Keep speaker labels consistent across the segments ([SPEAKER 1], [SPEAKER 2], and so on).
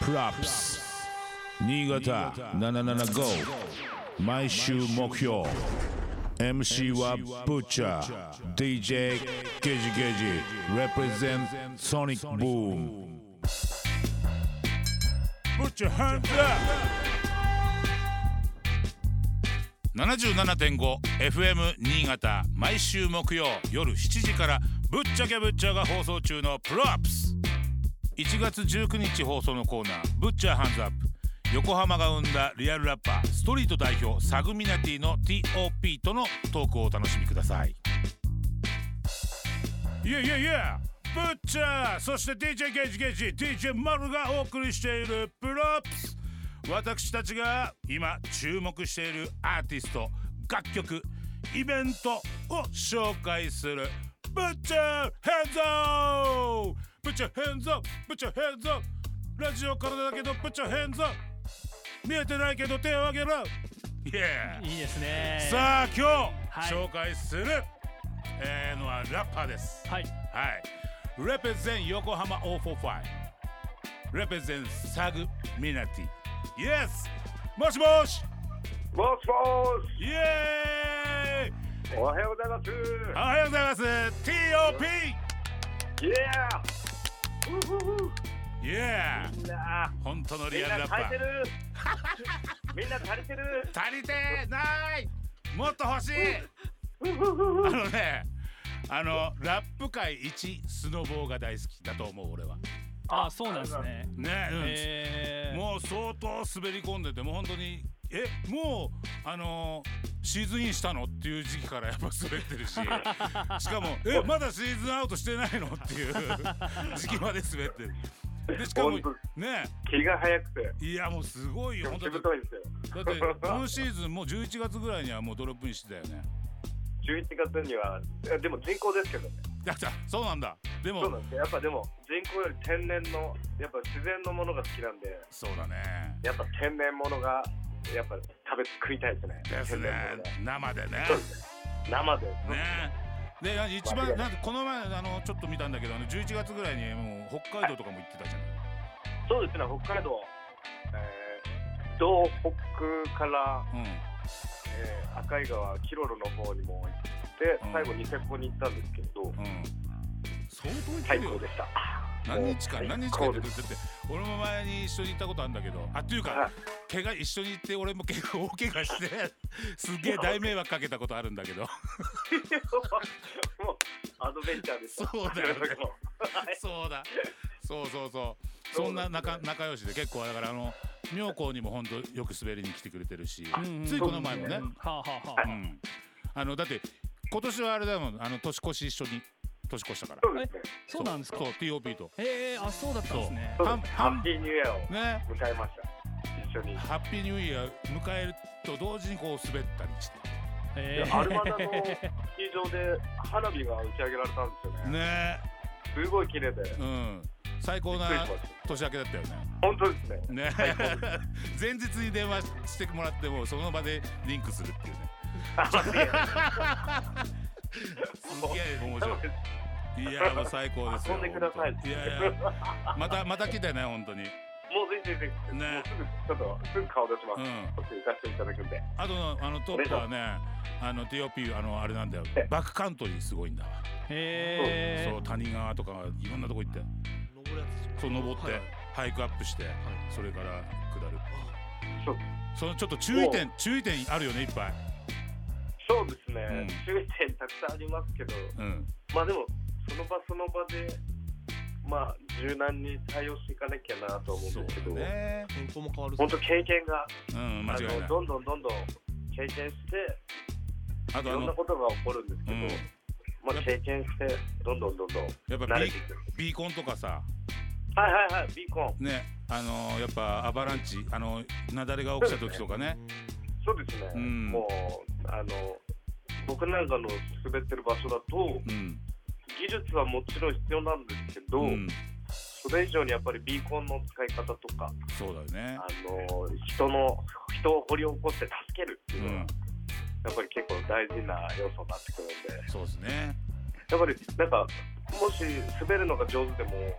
[SPEAKER 1] プラップス新潟775毎週目標 MC はブッチャー DJ ゲジゲジ represent ソニックブーム Put your hands up!
[SPEAKER 2] 77.5FM 新潟毎週木曜夜7時から「ぶっちゃけぶっちゃ」が放送中の「プロップス」1月19日放送のコーナー「ぶっちゃハンズアップ」横浜が生んだリアルラッパーストリート代表サグミナティの TOP とのトークをお楽しみくださいいやいやいやぶっちゃそして DJ ゲージゲージ DJ マルがお送りしている「プロップス」私たちが今注目しているアーティスト楽曲イベントを紹介する「ブッチャーヘンズブッチャーヘンズブッチャーヘンズラジオからだけどブッチャーヘンズ見えてないけど手を挙げろイエー
[SPEAKER 3] いいですね
[SPEAKER 2] さあ今日、
[SPEAKER 3] はい
[SPEAKER 2] 紹介する、えーのはラッパーです
[SPEAKER 3] はい
[SPEAKER 2] はい。Represent 横浜045。Represent サグミナティ。Yes! もしもし
[SPEAKER 4] もしもし
[SPEAKER 2] イエーイ
[SPEAKER 4] おはようございます
[SPEAKER 2] おはようございます !TOP!
[SPEAKER 4] イエーウフフ
[SPEAKER 2] イエー
[SPEAKER 4] みんな
[SPEAKER 2] 本当の
[SPEAKER 4] みん
[SPEAKER 2] リアル
[SPEAKER 4] な
[SPEAKER 2] ラッパ
[SPEAKER 4] 足りて
[SPEAKER 2] ー。
[SPEAKER 4] るみんな足りてる
[SPEAKER 2] 足りてないもっと欲しい
[SPEAKER 4] ウフフ
[SPEAKER 2] あ
[SPEAKER 4] フ
[SPEAKER 2] のね、あの、ラップ界一スノボーが大好きだと思う俺は。
[SPEAKER 3] あそうなんですね
[SPEAKER 2] ね、うん。
[SPEAKER 3] えー、
[SPEAKER 2] もう相当滑り込んでてもう本当にえもうあのーシーズンインしたのっていう時期からやっぱ滑って るししかもえまだシーズンアウトしてないのっていう 時期まで滑ってるでしかも
[SPEAKER 4] 本
[SPEAKER 2] ね
[SPEAKER 4] 気が早くて
[SPEAKER 2] いやもうすごいよ本当
[SPEAKER 4] し
[SPEAKER 2] に
[SPEAKER 4] ぶといですよ
[SPEAKER 2] だ って今シーズンもう11月ぐらいにはもうドロップインしてたよね
[SPEAKER 4] 11月にはえでも人工ですけどね
[SPEAKER 2] だってそうなんだでも
[SPEAKER 4] そうなんですよやっぱでも人工より天然のやっぱ自然のものが好きなんで
[SPEAKER 2] そうだね
[SPEAKER 4] やっぱ天然ものがやっぱ食べ食いたいですね
[SPEAKER 2] ですね
[SPEAKER 4] 天然物が
[SPEAKER 2] 生でね
[SPEAKER 4] そうです生で
[SPEAKER 2] ねで何一番
[SPEAKER 4] 間違い
[SPEAKER 2] なんかこの前あのちょっと見たんだけどあの11月ぐらいにもう北海道とかも行ってたじゃない、
[SPEAKER 4] そうですね北海道えー道北から
[SPEAKER 2] うん、
[SPEAKER 4] えー赤井川キロロの方にも行って、
[SPEAKER 2] うん
[SPEAKER 4] 最後ニセコに行ったんですけど、
[SPEAKER 2] うん、相当行って
[SPEAKER 4] 最
[SPEAKER 2] るよ
[SPEAKER 4] 高 でし
[SPEAKER 2] 何日
[SPEAKER 4] た
[SPEAKER 2] 間
[SPEAKER 4] もう
[SPEAKER 2] 何日間
[SPEAKER 4] 最
[SPEAKER 2] やって
[SPEAKER 4] 高で
[SPEAKER 2] くれ
[SPEAKER 4] す
[SPEAKER 2] てて俺も前に一緒に行ったことあるんだけどあっていう
[SPEAKER 4] は
[SPEAKER 2] か怪我一緒に行って俺も結構大怪我して すげえ大迷惑かけたことあるんだけ ど
[SPEAKER 4] いもうアドベンチャーです
[SPEAKER 2] そうだよね
[SPEAKER 4] はい
[SPEAKER 2] そうだそうそうそうそんな仲仲良しで結構だからあの妙高にも本当よく滑りに来てくれてるし、
[SPEAKER 3] うんうん
[SPEAKER 2] ついこの前も
[SPEAKER 3] う
[SPEAKER 2] ね
[SPEAKER 3] ん、はあ、はあは
[SPEAKER 2] う
[SPEAKER 3] あ、
[SPEAKER 2] ん、あのだって今年はあれだもんあの年越し一緒に年越したから
[SPEAKER 4] そうですね
[SPEAKER 3] そうなんですか
[SPEAKER 2] そう TOP と
[SPEAKER 3] えー、あそうだったんですね
[SPEAKER 4] そう
[SPEAKER 2] はん
[SPEAKER 4] です
[SPEAKER 2] はん
[SPEAKER 4] ハッピーニューイヤーを
[SPEAKER 2] ね
[SPEAKER 4] 迎えました一緒に
[SPEAKER 2] ハッピーニューイヤー迎えると同時にこう滑ったりして
[SPEAKER 3] え
[SPEAKER 4] で
[SPEAKER 3] ー、
[SPEAKER 4] アルマダのスキー場で花火が打ち上げられたんですよね
[SPEAKER 2] ね
[SPEAKER 4] すごい綺麗で
[SPEAKER 2] えうん最高
[SPEAKER 4] びっ
[SPEAKER 2] な
[SPEAKER 4] くりしまし
[SPEAKER 2] 年明けだったよね
[SPEAKER 4] 本当ですね
[SPEAKER 2] ねえ 前日に電話してもらってもその場でリンクするっていうね すげえ 面白いいやもう最高ですよ
[SPEAKER 4] 遊んでください
[SPEAKER 2] いやいやまたまた来てね本当に
[SPEAKER 4] もうぜひぜひ
[SPEAKER 2] ね
[SPEAKER 4] もうすぐちょっとすぐ顔出します、
[SPEAKER 2] うん
[SPEAKER 4] こっち行かせていただくんで
[SPEAKER 2] あとのあのトップはねあの TOP あのあれなんだよ
[SPEAKER 4] え
[SPEAKER 2] バックカントリーすごいんだわ
[SPEAKER 3] え
[SPEAKER 2] そう谷川とかいろんなとこ行って
[SPEAKER 5] 登るやつ
[SPEAKER 2] そう登って、
[SPEAKER 5] はい
[SPEAKER 2] ハイクアップして、
[SPEAKER 5] い
[SPEAKER 2] それから下る
[SPEAKER 4] そう
[SPEAKER 2] そのちょっと注意点注意点あるよねいっぱい
[SPEAKER 4] そうですね、
[SPEAKER 2] うん
[SPEAKER 4] 注意点たくさんありますけど、
[SPEAKER 2] うん
[SPEAKER 4] まあでも、その場その場で、まあ、柔軟に対応していかなきゃなと思うんですけど、
[SPEAKER 2] だね
[SPEAKER 5] 天候も変わる
[SPEAKER 4] 本当、経験が、
[SPEAKER 2] うん間違いない
[SPEAKER 4] あのどんどんどんどん経験して、
[SPEAKER 2] あ
[SPEAKER 4] い
[SPEAKER 2] とあ
[SPEAKER 4] ろんな
[SPEAKER 2] の
[SPEAKER 4] ことが起こるんですけど、
[SPEAKER 2] うん
[SPEAKER 4] まあ、経験して、どんどんどんどん
[SPEAKER 2] やっぱ
[SPEAKER 4] 慣れ
[SPEAKER 2] ビ
[SPEAKER 4] ていく。
[SPEAKER 2] ビーコンとかさ
[SPEAKER 4] はいはいはい、ビーコン、
[SPEAKER 2] ねあのやっぱアバランチあの雪崩が起きた時とかね
[SPEAKER 4] そうですね、
[SPEAKER 2] うん
[SPEAKER 4] もう、あの、僕なんかの滑ってる場所だと、
[SPEAKER 2] うん
[SPEAKER 4] 技術はもちろん必要なんですけど、
[SPEAKER 2] うん
[SPEAKER 4] それ以上にやっぱりビーコンの使い方とか、
[SPEAKER 2] そうだよね
[SPEAKER 4] あの人の人を掘り起こして助けるって
[SPEAKER 2] う
[SPEAKER 4] いうのは、
[SPEAKER 2] ん
[SPEAKER 4] やっぱり結構大事な要素になってくるんで
[SPEAKER 2] そうですね
[SPEAKER 4] やっぱりなんかもし滑るのが上手でも
[SPEAKER 2] う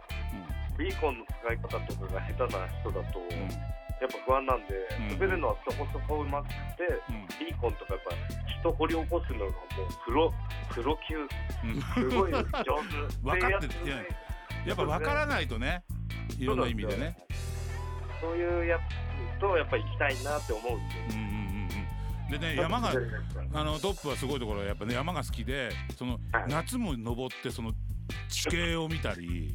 [SPEAKER 4] ビーコンの使い方とかが下手な人だと、
[SPEAKER 2] うん
[SPEAKER 4] やっぱ不安なんで、
[SPEAKER 2] うん
[SPEAKER 4] 滑るのはそこそこうまくて、
[SPEAKER 2] うん
[SPEAKER 4] ビーコンとかやっぱ人掘り起こすのがもうプロ、プロ級、
[SPEAKER 2] うん。
[SPEAKER 4] すごい上手
[SPEAKER 2] 分かってる
[SPEAKER 4] でやつね
[SPEAKER 2] やっぱ分からないとねいろんな意味でね
[SPEAKER 4] そういうやつとやっぱ行きたいなって思うんで。
[SPEAKER 2] うんうんうんうんでね山が
[SPEAKER 4] は
[SPEAKER 2] あのドップはすごいところはやっぱね山が好きでその
[SPEAKER 4] はい
[SPEAKER 2] 夏も登ってその地形を見たり
[SPEAKER 4] い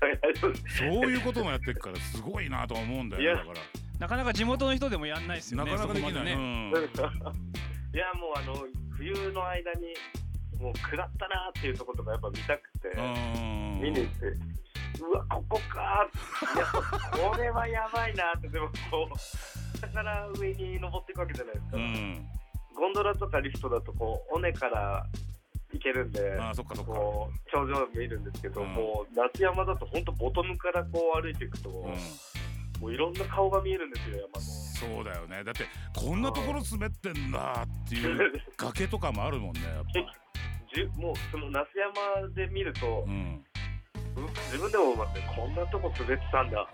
[SPEAKER 4] あります
[SPEAKER 2] そういうこともやってるからすごいなとは思うんだよねだから
[SPEAKER 3] なかなか地元の人でもやんないですよ
[SPEAKER 2] な
[SPEAKER 3] ね。
[SPEAKER 2] かなかでき
[SPEAKER 3] そこ
[SPEAKER 2] な
[SPEAKER 3] ま
[SPEAKER 2] い、う
[SPEAKER 3] ね。
[SPEAKER 2] ん、
[SPEAKER 4] いやもうあの冬の間にもう下ったなーっていうところとかやっぱ見たくて、
[SPEAKER 2] うん
[SPEAKER 4] 見に行ってうわここかーいやこれはやばいなーってでもこう下から上に登っていくわけじゃないですか、
[SPEAKER 2] うん
[SPEAKER 4] ゴンドラとかリフトだとこう尾根から行けるんで
[SPEAKER 2] ああそっかそっか
[SPEAKER 4] こう頂上見えるんですけど、
[SPEAKER 2] うん
[SPEAKER 4] もう夏山だと本当ボトムからこう歩いていくと、
[SPEAKER 2] うん
[SPEAKER 4] もういろんな顔が見えるんですよ山
[SPEAKER 2] そ
[SPEAKER 4] の。
[SPEAKER 2] うだよねだってこんなところ滑ってんだっていう崖とかもあるもんねやっ
[SPEAKER 4] じゅもうその那須山で見ると
[SPEAKER 2] ぱ、うん
[SPEAKER 4] う自分でも思ってこんなとこ滑ってたんだ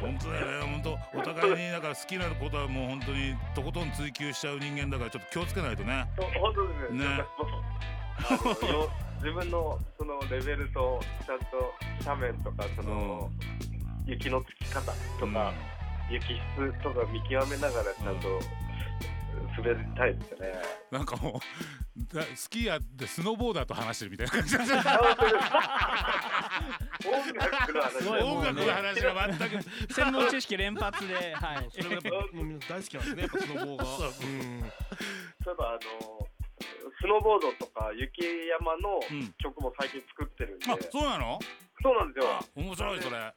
[SPEAKER 2] 本当だよね本当お互いにだから好きなことはもう本当にとことん追求しちゃう人間だからちょっと気をつけないとね
[SPEAKER 4] 本当ですね
[SPEAKER 2] ね
[SPEAKER 4] なんかもうあのよ自分のそのレベルとちゃんと斜面とかその、雪のつき方とか、雪質とか見極めながらちゃんと滑りたいですね、
[SPEAKER 2] うんなんかもうだスキーやってスノーボーダーと話してるみたいな感じ
[SPEAKER 4] 音楽の話
[SPEAKER 3] すごいもう
[SPEAKER 2] 音楽
[SPEAKER 3] ね
[SPEAKER 2] の話が全く
[SPEAKER 3] 専門知識連発で、はい。
[SPEAKER 5] それもやっぱもうみんな大好きなんですねやっぱスノボが
[SPEAKER 2] そう
[SPEAKER 5] うん
[SPEAKER 4] 例えばあのスノーボードとか雪山の
[SPEAKER 2] うん
[SPEAKER 4] 曲も最近作ってるんで、
[SPEAKER 2] あそうなの
[SPEAKER 4] そうなんですよ
[SPEAKER 2] あ面白いそれあ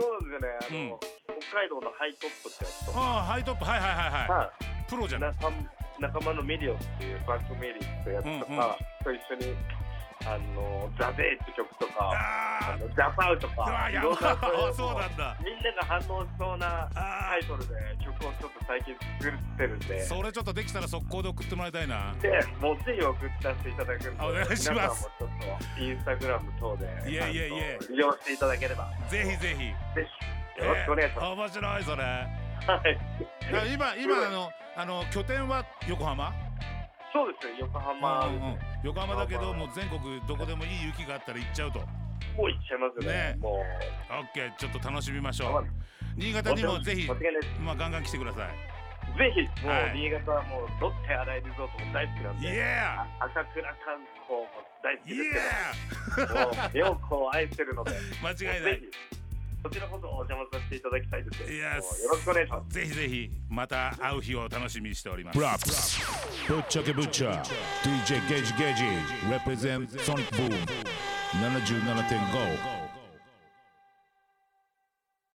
[SPEAKER 4] そうなんですよねあの、
[SPEAKER 2] うん
[SPEAKER 4] 北海道のハイトップってやつとか、
[SPEAKER 2] あハイトップはいはいはいは
[SPEAKER 4] はい
[SPEAKER 2] プロじゃ
[SPEAKER 4] い、
[SPEAKER 2] ない
[SPEAKER 4] 仲仲間のメリオっていうバンクメリーってやつとか、と一緒にあのザ・デイって曲とかあ
[SPEAKER 2] あ
[SPEAKER 4] のジャパウと
[SPEAKER 2] あう
[SPEAKER 4] か
[SPEAKER 2] わ
[SPEAKER 4] い
[SPEAKER 2] や
[SPEAKER 4] ろんな
[SPEAKER 2] ばい
[SPEAKER 4] そ
[SPEAKER 2] そうう
[SPEAKER 4] いうのも
[SPEAKER 2] なんだ
[SPEAKER 4] みんなが反応しそうな
[SPEAKER 2] あ
[SPEAKER 4] タイトルで曲をちょっと最近作ってるんで。
[SPEAKER 2] それちょっとできたら速攻で送ってもらいたいな。
[SPEAKER 4] で、もうぜひ送ってさせていただくんで、
[SPEAKER 2] お願いします
[SPEAKER 4] 皆さんもちょっとインスタグラム等で、
[SPEAKER 2] いえいえいえ
[SPEAKER 4] あの利用していただければ、
[SPEAKER 2] ぜひぜひ。
[SPEAKER 4] ぜひよろしくお願いし
[SPEAKER 2] え
[SPEAKER 4] ま
[SPEAKER 2] ー面白いそれ。
[SPEAKER 4] す。はい、
[SPEAKER 2] だから今今あのあの拠点は横浜。
[SPEAKER 4] そうですね、横浜
[SPEAKER 2] うん
[SPEAKER 4] で
[SPEAKER 2] う
[SPEAKER 4] す
[SPEAKER 2] んうん
[SPEAKER 4] ね、
[SPEAKER 2] 横浜だけどもう全国どこでもいい雪があったら行っちゃうと。オッ
[SPEAKER 4] もう行っちゃいますよね。
[SPEAKER 2] ね
[SPEAKER 4] も
[SPEAKER 2] ケーちょっと楽しみまし
[SPEAKER 4] う、
[SPEAKER 2] ょう。新潟にもぜひ
[SPEAKER 4] 間違いないです
[SPEAKER 2] まあガンガン来てくださ
[SPEAKER 4] ぜひ、もう、
[SPEAKER 2] はい
[SPEAKER 4] 新潟はもう、ロッテ新井リゾートも大好きなん
[SPEAKER 2] い。イ
[SPEAKER 4] で、
[SPEAKER 2] エ
[SPEAKER 4] あ朝倉観光も大好
[SPEAKER 2] ー
[SPEAKER 4] き
[SPEAKER 2] イエ
[SPEAKER 4] ですけど、もう、両校を愛してるので、
[SPEAKER 2] ー 間違いな
[SPEAKER 4] ぜ
[SPEAKER 2] い。
[SPEAKER 4] ひ、こちらこそお邪魔させていただきたいです。
[SPEAKER 2] いや
[SPEAKER 4] もうよろしくお願いします。
[SPEAKER 2] ぜひぜひまた会う日を楽しみにしております。
[SPEAKER 1] Props. Butcher ke Butcher. DJ Gage Gage. Represent Sonic Boom. 77.5.